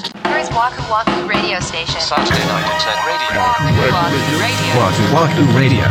Waku Waku Radio Station. Saturday night at 10 radio. Waku Waku Radio. Wahoo Wahoo Radio.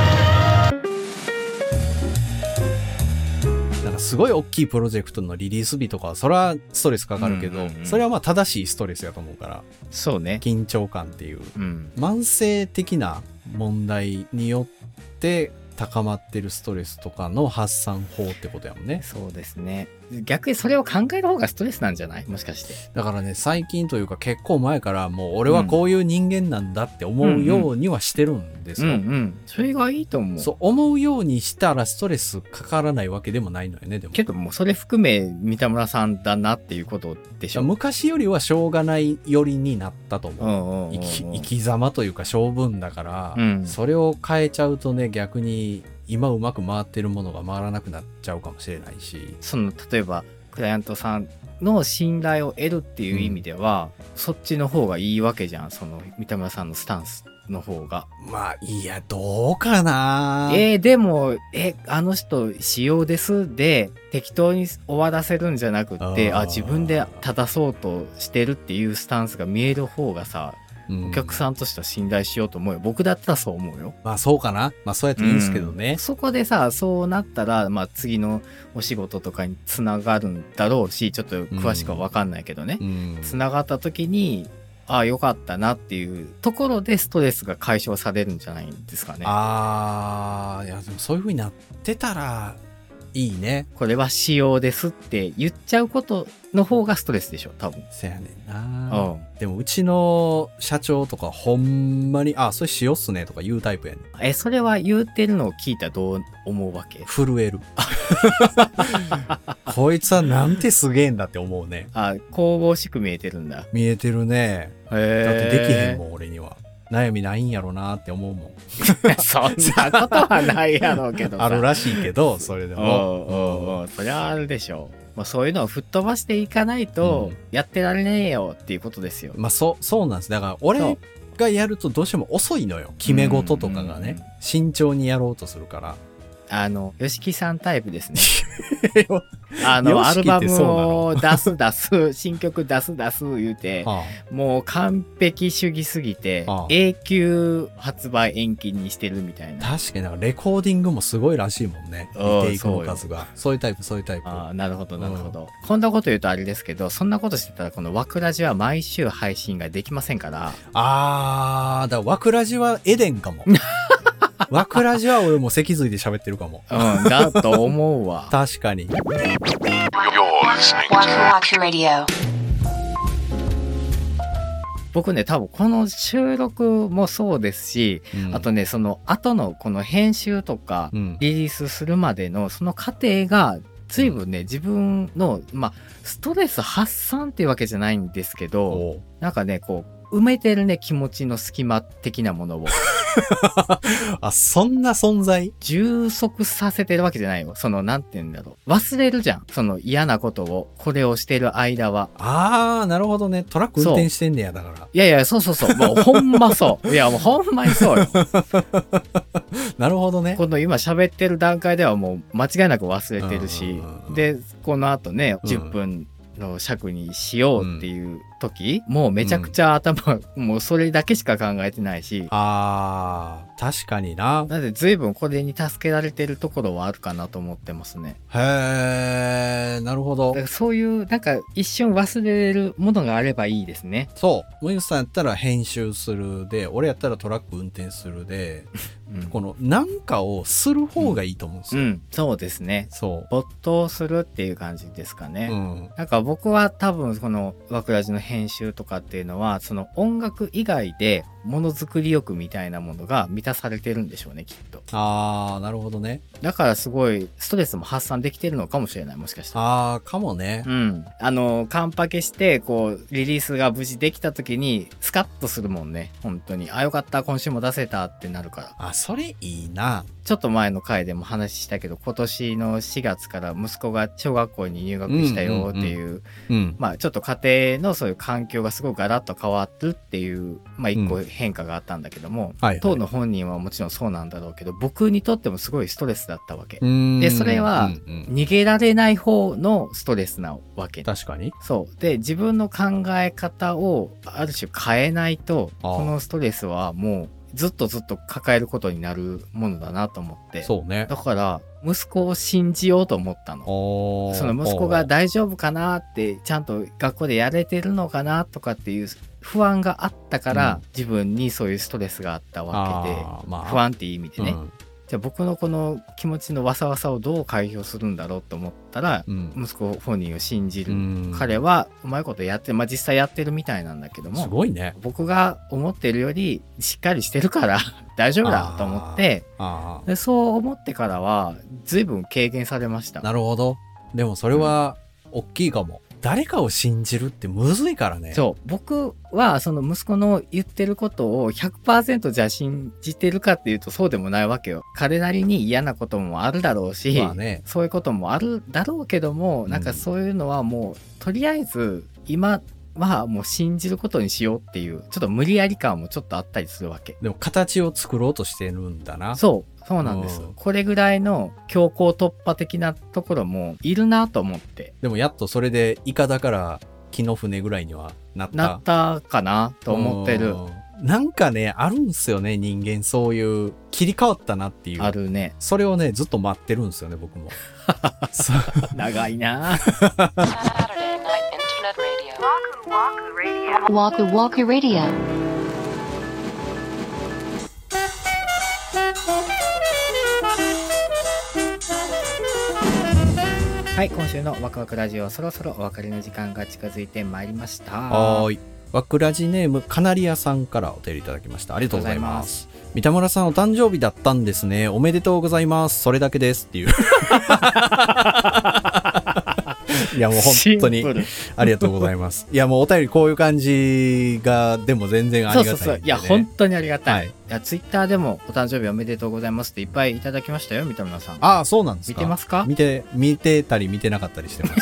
なんかすごい大きいプロジェクトのリリース日とかはそれはストレスかかるけど、うんうんうんそれはまあ正しいストレスやと思うからそうね。緊張感っていううん。慢性的な問題によって高まってるストレスとかの発散法ってことやもんねそうですね。逆にそれを考える方がストレスなんじゃないもしかして。だからね最近というか結構前からもう俺はこういう人間なんだって思うようにはしてるんですうんよ、うん。それがいいと思う。そう思うようにしたらストレスかからないわけでもないのよねでもけどもうそれ含め三田村さんだなっていうことでしょ。昔よりはしょうがないよりになったと思う、うんうんうんうん生き生き様というか性分だから、うんそれを変えちゃうとね逆に今うまく回ってるものが回らなくなっちゃうかもしれないしその例えばクライアントさんの信頼を得るっていう意味では、そっちの方がいいわけじゃんその三田村さんのスタンスの方が。まあいやどうかなえーでもえあの人仕様ですで適当に終わらせるんじゃなくってあーあ自分で正そうとしてるっていうスタンスが見える方がさうんお客さんとしては信頼しようと思うよ僕だったらそう思うよ。まあそうかなまあそうやっていいんですけどね、そこでさそうなったら、まあ、次のお仕事とかにつながるんだろうしちょっと詳しくは分かんないけどね、うんつながった時にああよかったなっていうところでストレスが解消されるんじゃないんですかね。あーいやでもそういう風になってたらいいねこれは仕様ですって言っちゃうことの方がストレスでしょ多分。せやねんう、なんでもうちの社長とかほんまに「あそれしようっすね」とか言うタイプやねんえそれは言うてるのを聞いたらどう思うわけ震 えるこいつはなんてすげえんだって思うねあ神々しく見えてるんだ。見えてるねへえだってできへんもん俺には悩みないんやろなって思うもん そんなことはないやろうけど さ。あるらしいけどそれでもおうおうおうそりゃあるでしょう、まあ、そういうのを吹っ飛ばしていかないとうんやってられねえよっていうことですよ、まあそうそうなんですだからそ俺うがやるとどうしても遅いのよ決め事とかがうんねうん慎重にやろうとするからあの吉木さんタイ プですねよあのア吉ル木っバてムそうなのを出す出す新曲出す出す言 うてはもう完璧主義すぎてああ永久発売延期にしてるみたいあな確かになんかレコーディングもすごいらしいもんねうんリテイクの数がそういうタイプそういうタイプああなるほどなるほど、こんなこと言うとあれですけどそんなことしてたらこの「わくらじ」は毎週配信ができませんからあー、だからわくらじはエデン かも。わくらじは俺も脊髄で喋ってるかも。うんだと思 うわ確かに。 You're listening Waku to Waku Radio. 僕ね多分この収録もそうですし、うんあとねその後のこの編集とかうん。リリースするまでのその過程が随分ね自分のまあストレス発散っていうわけじゃないんですけどおうなんかねこう埋めてるね気持ちの隙間的なものを あ、そんな存在充足させてるわけじゃないよそのなんて言うんだろう忘れるじゃんその嫌なことをこれをしてる間はあー、なるほどね。トラック運そ転うしてんねや、だから。いやいやそうそうそうもうほんまそう いやもうほんまに そうよなるほどね。この今喋ってる段階ではもう間違いなく忘れてるしうんうんうんでこのあとねうん10分の尺にしようっていう時、もうめちゃくちゃ頭、もうそれだけしか考えてないしあー、確かにな。なので随分これに助けられてるところはあるかなと思ってますねへー、なるほどだか。らそういうなんか一瞬忘れるものがあればいいですね、そう。ムイスさんやったら編集するで、俺やったらトラック運転するで、うんこのなんかをする方がいいと思うんですうよ。んそうですねそう。没頭するっていう感じですかね、うん。なんか僕は多分この「わくらじ」の編集とかっていうのはその音楽以外でものづくり欲みたいなものが満たされてるんでしょうねきっとあー、なるほどね。だからすごいストレスも発散できてるのかもしれないもしかしたら。ああ、かもねう。ん、あのカンパケしてこうリリースが無事できた時にスカッとするもんね本当にあよかった今週も出せたってなるからあ、それいいな。ちちょっと前の回でも話したけど今年の4月から息子が小学校に入学したよっていう,、うん。まあちょっと家庭のそういう環境がすごいガラッと変わるっていうまあ一個う変化があったんだけども、はいはい当の本人はもちろんそうなんだろうけど僕にとってもすごいストレスだったわけ、うんでそれはうんうん逃げられない方のストレスなわけ確かに。そうで自分の考え方をある種変えないとああこのストレスはもうずっとずっと抱えることになるものだなと思ってそうね。だから息子を信じようと思ったの。おーその息子が大丈夫かなってちゃんと学校でやれてるのかなとかっていう不安があったから、うん自分にそういうストレスがあったわけであーまあ不安っていう意味でね、うんじゃあ僕のこの気持ちのわさわさをどう解消するんだろうと思ったらうん息子本人を信じうるん彼はうまいことやって、まあ、実際やってるみたいなんだけどすもごいね。僕が思ってるよりしっかりしてるから 大丈夫だと思ってあでそう思ってからは随分軽減されましあ。たなるほど。でもそれは、大きいかも。誰かを信じるってむずいからね。そう僕はその息子の言ってることを100%じゃあ信じてるかっていうとそうでもないわけよ彼なりに嫌なこともあるだろうし、まあね。そういうこともあるだろうけども、うんなんかそういうのはもうとりあえず今はもう信じることにしようっていうちょっと無理やり感もちょっとあったりするわけでも形を作ろうとしてるんだな。そうそうなんですうんこれぐらいの強行突破的なところもいるなと思ってでもやっとそれで、イカだから、木の船ぐらいにはなった。なったかなと思ってるうん。なんかね、あるんすよね、人間。そういう、切り替わったなっていう。ある ねそれをね、ずっと待ってるんですよね、僕も。そう長いな Saturday Night Internet Radio. Waku Waku Radio. Waku Waku Radio. はい今週のワクワクラジオそろそろお別れの時間が近づいてまいりましたはーい。わくらじネーム、カナリアさんからお手入れいただきました。ありがとうございます。三田村さんお誕生日だったんですね。おめでとうございます。それだけです。 っていう。いや、もう本当シンプにルありがとうございます。いや、もうお便りこういう感じが、でも全然あそうりがそうたそいんでね、う。いや、本当にありがたい。、はいいや、ツイッターでもお誕生日おめでとうございますっていっぱいいただきましたよ、三田村さん。ああ、そうなんです見か。てますか見て、見てたり見てなかったりしてます。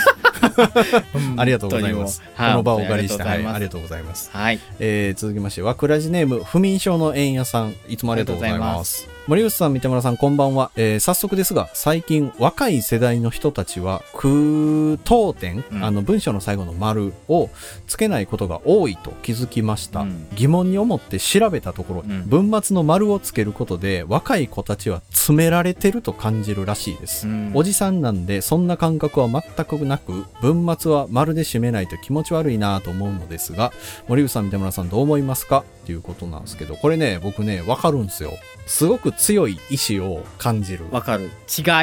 ありがとうございます。この場をお借りして、はい、ありがととうございます。う。はい。えー続きまして、わくらじネーム、不眠症の縁屋さん、いつもありがとうございます。森内さん、三田村さん、こんばんは。えー早速ですが、最近、若い世代の人たちは、空当点、うんあの、文章の最後の丸をつけないことが多いと気づきました。うん疑問に思って調べたところ、うん文末の丸をつけることで、若い子たちは詰められてると感じるらしいです。うんおじさんなんでそんな感覚は全くなく文末は丸で締めないと気持ち悪いなぁと思うのですが森口さん三田村さんどう思いますかっていうことなんですけどこれね僕ねわかるんですよすごく強い意志を感じるわかる。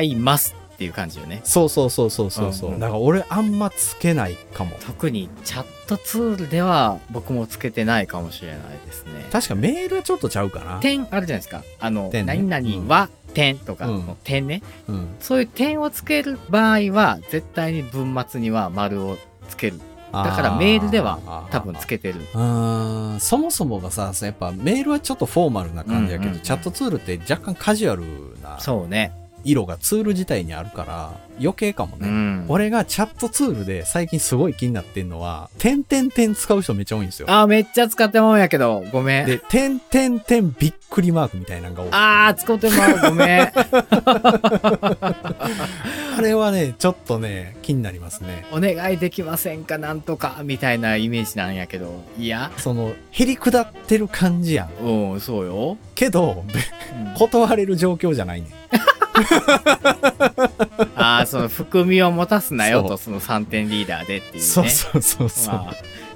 違いますっていう感じよね。そうそうそうそうそうそう、うんうんだから俺あんまつけないかも特にチャットツールでは僕もつけてないかもしれないですね。確かメールはちょっとちゃうかな、点あるじゃないですか。あの、点ね何々は点とか、うん点ね。うん、そういう点をつける場合は、絶対に文末には丸をつける。だだからメールでは多分つけてる。うーんそもそもがさやっぱメールはちょっとフォーマルな感じやけど、うんうんチャットツールって若干カジュアルなそうね。色がツール自体にあるから余計かもうね、ん。俺がチャットツールで最近すごい気になってんのは、点点点使う人めっちゃ多いんですよ。あー、めっちゃ使ってまうんやけど、ごめん。で、点点点びっくりマークみたいなのが多い。ああー、使ってまう、ごめ ん。れはね、ちょっとね、気になりますね。お願いできませんか、なんとか、みたいなイメージなんやけど。いや、その、へりくだってる感じやん。うん、そうよ。けど、べうん断れる状況じゃないねん。あー、その、含みを持たすなよそと、うその3点リーダーでっていうね。そうそうそうそう。まあ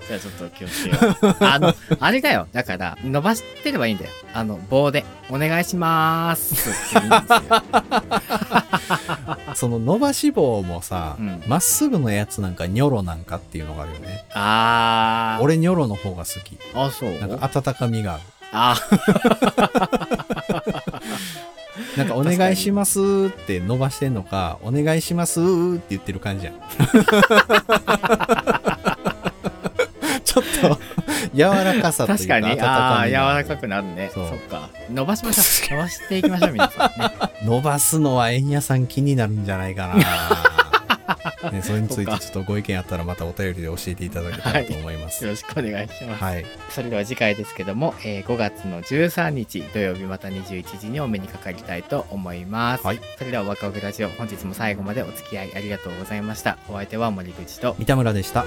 じゃあちょっと気をつけよ う。あの、あれだよ。だから、伸ばしてればいいんだよ。あの、棒で、お願いしまーすって言うんですよ。その伸ばし棒もさうん、ま、っすぐのやつなんかニョロなんかっていうのがあるよね。 あー。俺ニョロの方が好き。あ、そう。なんか温かみがある。あーなんかお願いしますって伸ばしてんのか、お願いしますって言っ てる感じやん。ちょっと、柔らかさという確かか温かみに、があああ、る柔らかくなるね。そそうっか。伸ばしましょう。伸ばしていきましょう、皆さんね。伸ばすのは円屋さん気になるんじゃないか な、ね、それについてちょっとご意見あったらまたお便りで教えていただけたらと思いますよろしくお願いします。はい、それでは次回ですけども、えー5月の13日土曜日また21時にお目にかかりたいと思います。はいそれではワクワクラジオ本日も最後までお付き合いありがとうございました。お相手は森口と三田村でした